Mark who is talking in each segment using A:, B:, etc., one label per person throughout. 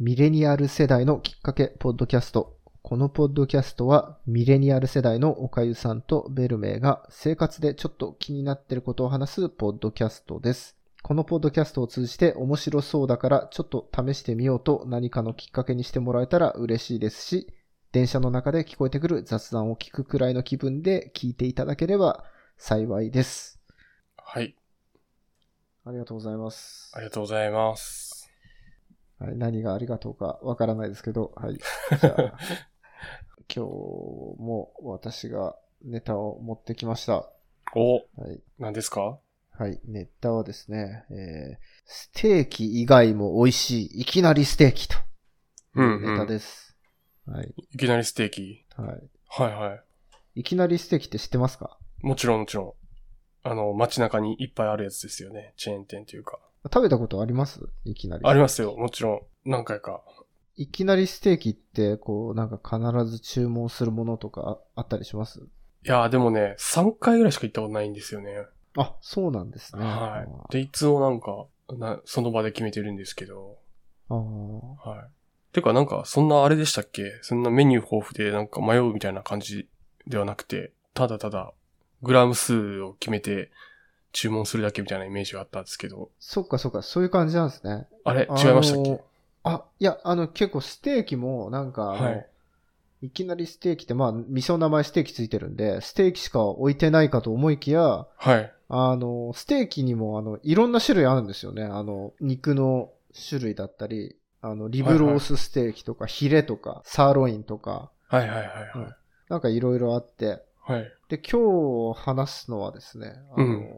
A: ミレニアル世代のきっかけポッドキャスト。このポッドキャストはミレニアル世代のおかゆさんとベルメイが生活でちょっと気になってることを話すポッドキャストです。このポッドキャストを通じて面白そうだからちょっと試してみようと何かのきっかけにしてもらえたら嬉しいですし、電車の中で聞こえてくる雑談を聞くくらいの気分で聞いていただければ幸いです。
B: はい。
A: ありがとうございます
B: あ。りがとうございます。
A: はい、何がありがとうかわからないですけど、はい。じゃあ今日も私がネタを持ってきました。は
B: お、
A: い。
B: 何ですか
A: はい。ネタはですね、えーステーキ以外も美味しい、いきなりステーキと。
B: うん、
A: ネタ
B: うん。
A: です。はい。
B: いきなりステーキ。
A: はい。
B: はいはい。
A: いきなりステーキって知ってますか
B: もちろんもちろん。あの、街中にいっぱいあるやつですよね。チェーン店というか。
A: 食べたことありますいきなり。
B: ありますよ。もちろん。何回か。
A: いきなりステーキって、こう、なんか必ず注文するものとかあったりします
B: いやーでもね、3回ぐらいしか行ったことないんですよね。
A: あ、そうなんですね。
B: はい。で、いつもなんか、なその場で決めてるんですけど。
A: あー
B: はい。てかなんか、そんなあれでしたっけそんなメニュー豊富でなんか迷うみたいな感じではなくて、ただただ、グラム数を決めて注文するだけみたいなイメージがあったんですけど、
A: そっかそっか、そういう感じなんですね。
B: あれ違いましたっ
A: あ
B: け
A: のあ、いや、あの、結構ステーキも、なんかあの、
B: はいい、
A: きなりステーキって、まあ、味噌の名前ステーキついてるんで、ステーキしか置いてないかと思いきや、
B: はい。
A: あの、ステーキにも、あの、いろんな種類あるんですよね。あの、肉の種類だったり、あの、リブロースステーキとか、ヒレとか、サーロインとか、
B: はいはいはい
A: うんなんかいろいろあって、
B: はい。はい。
A: で、今日話すのはですね、あの、
B: うん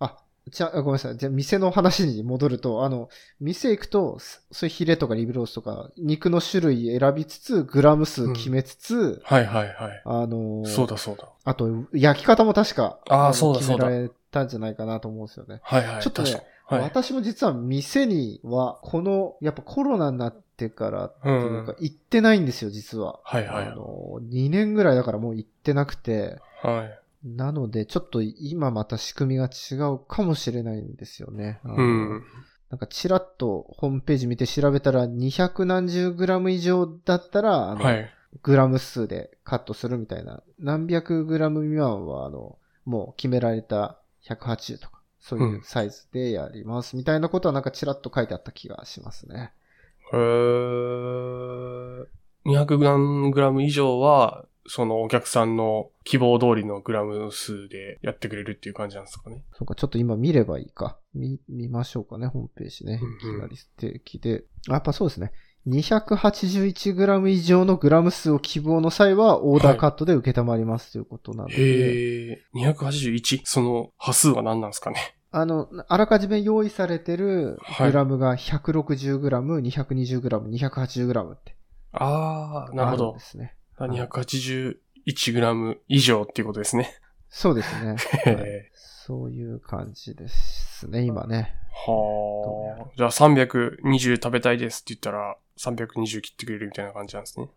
A: あ、じゃあ、ごめんなさい。じゃあ、店の話に戻ると、あの、店行くと、そそういうヒレとかリブロースとか、肉の種類選びつつ、グラム数決めつつ、
B: はいはいはい。
A: あの、
B: そうだそうだ。
A: あと、焼き方も確か、
B: あー
A: の
B: そうだ
A: 決め
B: そうだ
A: られたんじゃないかなと思うんですよね。
B: はいはい。
A: ちょっとね
B: 確かにはい。
A: 私も実は店には、この、やっぱコロナになってからって
B: うん
A: いう
B: う
A: か
B: ん、
A: 行ってないんですよ、実は。
B: はいはい
A: あの、2年ぐらいだからもう行ってなくて、
B: はい。
A: なので、ちょっと今また仕組みが違うかもしれないんですよね。あの
B: うん。
A: なんかちらっとホームページ見て調べたら、200何十グラム以上だったら、あの
B: はい。
A: グラム数でカットするみたいな。何百グラム未満は、あの、もう決められた180とか、そういうサイズでやりますみたいなことはなんかちらっと書いてあった気がしますね。
B: えー、200グラム以上は、そのお客さんの希望通りのグラム数でやってくれるっていう感じなんですかね。
A: そうか、ちょっと今見ればいいか。見、見ましょうかね、ホームページね。い
B: うんうん
A: きなりステーキで。あやっぱそうですね。281g 以上のグラム数を希望の際は、オーダーカットで受けたまりますということなので、
B: へえ、281? その波数は何なんですかね。
A: あの、あらかじめ用意されてる
B: はい
A: グラムが 160g、220g、280g って。
B: ああ、なるほ
A: あるん
B: ど
A: で。すね。
B: 281グラム以上っていうことですね。
A: そうです ね。
B: へ
A: はい
B: え。
A: そういう感じですね、今ね。
B: はあ。じゃあ320食べたいですって言ったら、320切ってくれるみたいな感じなんですね。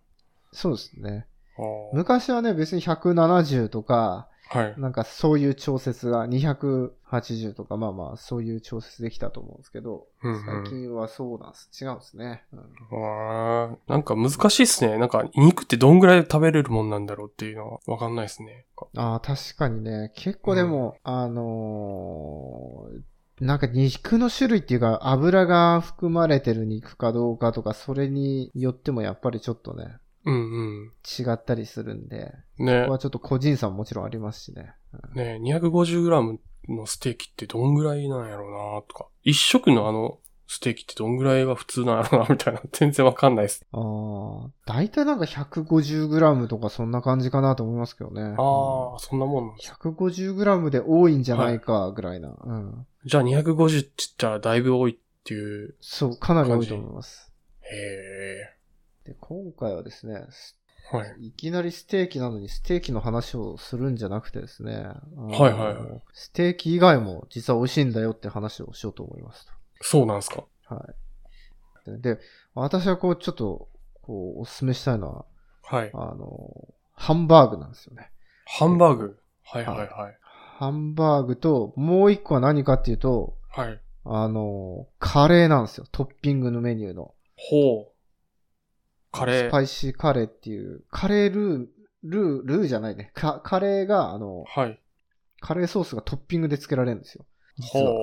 A: そうですね。
B: は
A: 昔はね、別に170とか、
B: あ。はい。
A: なんかそういう調節が280とかまあまあそういう調節できたと思うんですけど、
B: うんうん
A: 最近はそうなんです。違うんですね。うん
B: あーなんか難しいっすね。なんか肉ってどんぐらい食べれるもんなんだろうっていうのはわかんないっすね。
A: ああ、確かにね、結構でも、あのーなんか肉の種類っていうか油が含まれてる肉かどうかとか、それによってもやっぱりちょっとね、
B: うん
A: 違ったりするんで、
B: う
A: こ
B: ん。ね
A: こはちょっと個人差ももちろんありますしね。うん
B: ね250グラムのステーキってどんぐらいなんやろうなとか。一食のあのステーキってどんぐらいが普通なんやろうなみたいな。全然わかんないっす。
A: ああ、だいたいなんか 150g とかそんな感じかなと思いますけどね。
B: あ
A: うん
B: あ、そんなもんなんです。
A: 150g で多いんじゃないかぐらいな。うん。
B: じゃあ250って言ったらだいぶ多いっていう。
A: そう、かなり多いと思います。
B: へえ。
A: で、今回はですね、す
B: はい。
A: いきなりステーキなのにステーキの話をするんじゃなくてですね、はい
B: はいはいは
A: ステーキ以外も実は美味しいんだよって話をしようと思います
B: そうなんすか。
A: と。はい。で、で私はこう、ちょっと、こう、お勧めしたいの
B: はい。
A: は、あの、ハンバーグなんですよね。
B: ハンバーグ。はいはいはい。
A: ハンバーグと、もう一個は何かっていうと、
B: はい。
A: あの、カレーなんですよ。トッピングのメニューの。
B: ほう。カレ
A: ス
B: ー。
A: パイシーカレーっていう、カレールー、ルー、ルーじゃないね。かカレーが、あの、
B: はい。
A: カレーソースがトッピングでつけられるんですよ。実は。
B: ほう。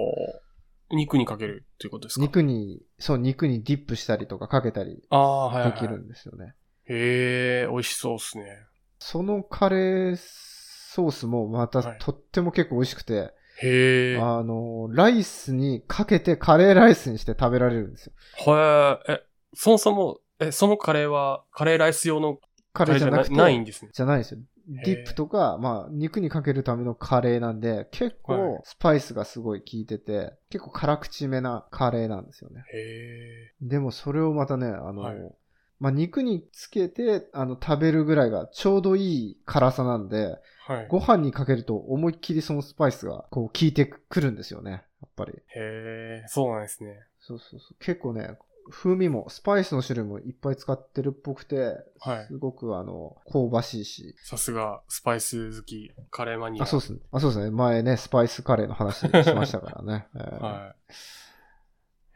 B: 肉にかけるっていうことですか
A: 肉に、そう、肉にディップしたりとかかけたり
B: ああ、はい、はい。
A: できるんですよね。
B: へえ、美味しそうっすね。
A: そのカレーソースもまた
B: はい
A: とっても結構美味しくて、
B: へえ。
A: あの、ライスにかけてカレーライスにして食べられるんですよ。
B: はえ、え、そもそも、え、そのカレーは、カレーライス用の
A: カ
B: カ
A: レ
B: レ
A: ー
B: ー
A: じ
B: じ
A: ゃ
B: ゃ
A: な
B: な
A: くて、
B: ないんですね。
A: じゃないですよ。
B: へー
A: ディップとか、まあ、肉にかけるためのカレーなんで、結
B: は
A: 構スパイスがすごい効いてて、結構辛口めなカレーなんですよね。
B: へ
A: でもそれをまたね、あの、
B: はい
A: まあ、肉につけて、あの、食べるぐらいがちょうどいい辛さなんで、
B: え。はい。
A: ご飯にかけると思いっきりそのスパイスがこう効いてくるんですよね、やっぱり。
B: へえ、そうなんですね。
A: そうそうそう。結構ね、風味も、スパイスの種類もいっぱい使ってるっぽくて、
B: はい
A: すごくあの、香ばしいし。
B: さすが、スパイス好き、カレーマニア。
A: あ、そうですね。あ、そうですね。前ね、スパイスカレーの話しましたからね。えー
B: はい。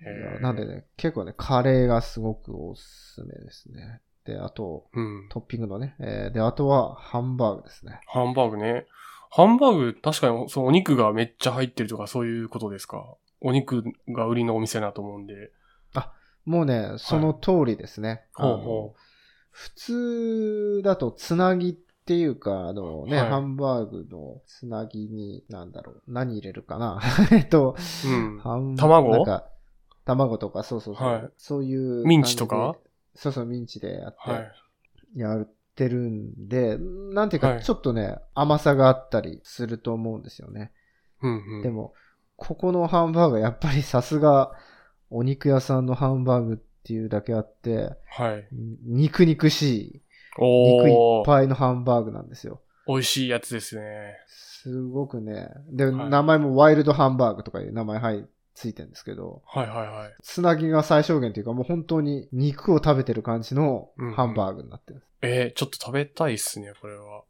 A: い
B: へ
A: や
B: え。
A: なんでね、結構ね、カレーがすごくおすすめですね。で、あと、
B: うん。
A: トッピングのね。えーで、あとはハンバーグですね。
B: ハンバーグね。ハンバーグ、確かに、そのお肉がめっちゃ入ってるとか、そういうことですか。お肉が売りのお店だと思うんで。
A: もうね、その通りですね。
B: ほう
A: あ
B: ほ
A: の普通だとつなぎっていうか、あのね、
B: はい
A: ハンバーグのつなぎに、なんだろう、何入れるかな。 えっと、
B: う。うん。
A: ハン
B: 卵
A: なんか卵とか、そうそうそう。
B: はい
A: そういう。
B: ミンチとか
A: そうそう、ミンチでやって、
B: はい。
A: やってるんで、なんていう
B: は
A: か、
B: い
A: ちょっとね、甘さがあったりすると思うんですよね。
B: うんうん。
A: でも、ここのハンバーグはやっぱりさすがお肉屋さんのハンバーグっていうだけあって、
B: はい。
A: 肉肉しい、肉いっ
B: おー。
A: ぱいのハンバーグなんですよ。
B: 美味しいやつですね。
A: すごくね。で、
B: はい
A: 名前もワイルドハンバーグとかいう名前、はい、ついてるんですけど、
B: はいはいはい。
A: つなぎが最小限というかもう本当に肉を食べてる感じの
B: うんうん
A: ハンバーグになってる。
B: えー、ちょっと食べたいっすね、これは。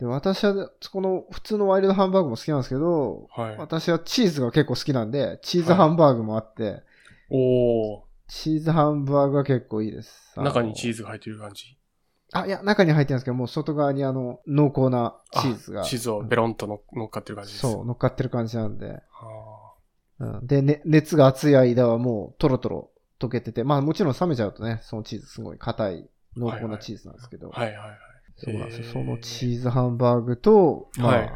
A: で、私は、この普通のワイルドハンバーグも好きなんですけど、
B: はい。
A: 私はチーズが結構好きなんで、チーズハンバーグもあって、
B: お
A: チーズハンバーグは結構いいです。
B: ー。中にチー
A: ズ。
B: ズが入ってる感じ。
A: あ、いや、中に入ってるんですけど、もう外側にあの、濃厚なチーズが。
B: あチーズをベロンとの乗っかってる感じです。
A: そう、乗っかってる感じなんで。
B: は
A: うん、で、ね、熱が熱い間はもう、トロトロ溶けてて、まあもちろん冷めちゃうとね、そのチーズすごい硬い、濃厚なチーズなんですけど。
B: あはいはいはい。
A: そうなんですよ。
B: へー
A: そのチーズハンバーグと、まあ、
B: はい。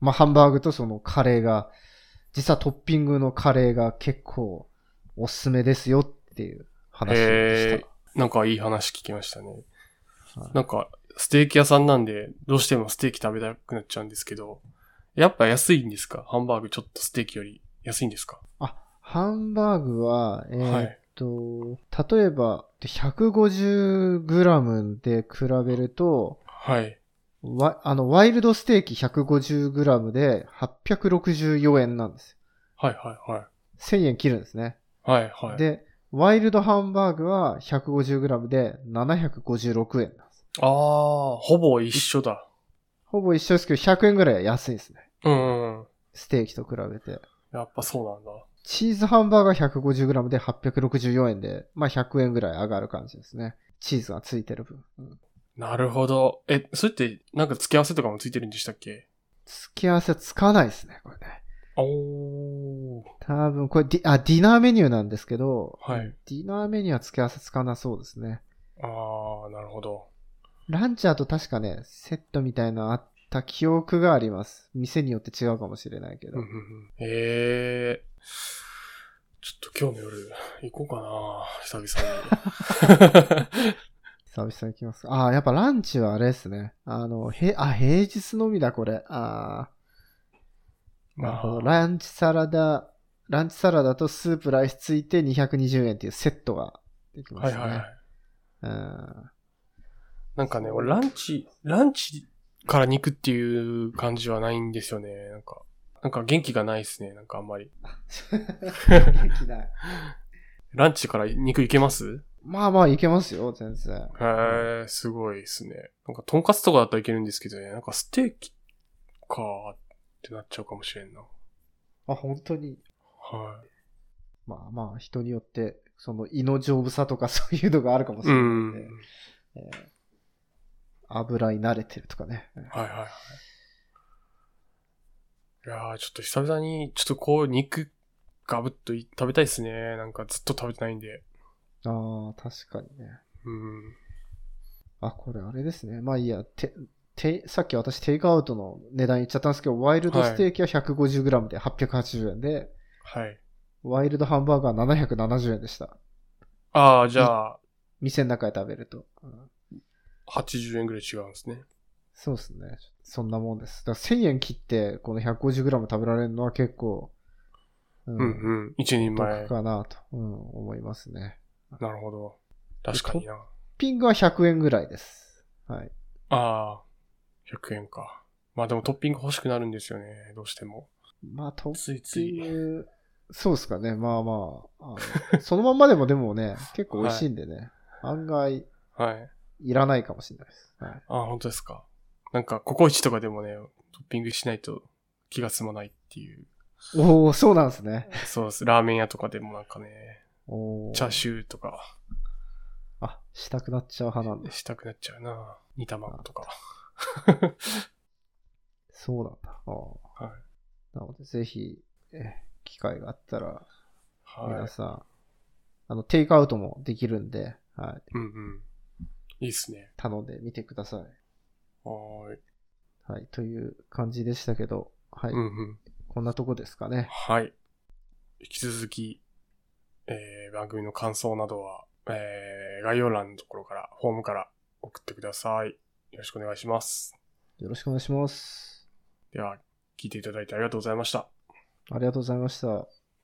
A: まあハンバーグとそのカレーが、実はトッピングのカレーが結構おすすめですよっていう話でし
B: へなんかいい話聞きましたね。
A: た。はい
B: なんか、ステーキ屋さんなんで、どうしてもステーキ食べたくなっちゃうんですけど、やっぱ安いんですかハンバーグちょっとステーキより安いんですか
A: あ、ハンバーグは、え
B: は
A: ーっ
B: い
A: と、例えば、150g で比べると、
B: はい。
A: わあの、ワイルドステーキ 150g で864円なんです。
B: はいはいはい。
A: 1000円切るんですね。
B: はいはい。
A: で、ワイルドハンバーグは 150g で756円なんです。
B: ああ、ほぼ一緒だ。
A: ほぼ一緒ですけど、100円ぐらいは安いですね。
B: うん、うん。
A: ステーキと比べて。
B: やっぱそうなんだ。
A: チーズハンバーガー 150g で864円で、まあ100円ぐらい上がる感じですね。チーズがついてる分。うん
B: なるほど。え、それって、なんか付け合わせとかもついてるんでしたっけ
A: 付き合わせはつかないですね、これね。
B: おー。
A: 多分、これディ、あ、ディナーメニューなんですけど、
B: はい
A: ディナーメニューは付き合わせつかなそうですね。
B: ああ、なるほど。
A: ランチャーと確かね、セットみたいなのあった記憶があります。店によって違うかもしれないけど。
B: うんうんうんええちょっと今日の夜、行こうかな久 々に。
A: 久々に来ますか。ああ、やっぱランチはあれですね。あの、へ、あ、平日のみだ、これ。ああ。なるほど。
B: あ
A: ランチサラダ、ランチサラダとスープライスついて220円っていうセットができ
B: ー
A: ま
B: は
A: す
B: い
A: ね。
B: はいはい。
A: うん。
B: なんかね、俺ランチ、ランチから肉っていう感じはないんですよね。なんか、なんか元気がないですね。なんかあんまり。
A: 元気ない。
B: ランチから肉いけます
A: まあまあ、いけますよ、全然。
B: へえ、すごいですね。なんか、とんかつとかだったらいけるんですけどね。なんか、ステーキかーってなっちゃうかもしれんな。
A: あ、本当に。
B: はい。
A: まあまあ、人によって、その胃の丈夫さとか そういうのがあるかもし
B: う
A: れないん
B: ん。
A: で、油に慣れてるとかね。
B: はいはいはい。いやー、ちょっと久々に、ちょっとこう、肉、ガブっとい食べたいですね。なんかずっと食べてないんで。
A: ああ、確かにね。
B: うん。
A: あ、これあれですね。まあいいや、て、て、さっき私テイクアウトの値段言っちゃったんですけど、ワイルドステーキは 150g で880円で、
B: はい。
A: ワイルドハンバーガー770円でした。
B: ああ、じゃあ、
A: 店の中で食べると。うん
B: 80円ぐらい違うんですね。
A: そうですね。そんなもんです。だから1000円切って、この 150g 食べられるのは結構、う
B: うんうん。一人
A: お
B: 前
A: 得。かなと、うん、思いますね。
B: なるほど。確かにな。
A: ピングは100円ぐらいです。はい。
B: ああ、100円か。まあでもトッピング欲しくなるんですよね。どうしても。
A: まあ、トッ
B: ついつ
A: ピン
B: い。
A: グ、そうですかね。まあまああの そのまんまでもでもね、結構美味しいんでね、案外
B: はい。
A: いらないかもしれないです。はい、
B: ああ、本当ですか。なんか、ココイチとかでもね、トッピングしないと気が済まないっていう。
A: おおそうなんですね。
B: そう です。ラーメン屋とかでもなんかね、
A: おー
B: チャーシューとか
A: あ、したくなっちゃう派なんです。
B: したくなっちゃうな。煮卵とか。
A: そうなんだ。あー
B: はい
A: なので、ぜひ、え機会があったら、
B: は
A: 皆
B: い。
A: さん、あの、テイクアウトもできるんで、はい、
B: うんうん。いいっすね。
A: 頼んでみてください。
B: はーい。
A: はい、という感じでしたけど、はい、
B: うんうん。
A: こんなとこですかね。
B: はい。引き続き、えー、番組の感想などは、えー、概要欄のところから、フォームから送ってください。よろしくお願いします。
A: よろしくお願いします。
B: では、聞いていただいてありがとうございました。
A: ありがとうございました。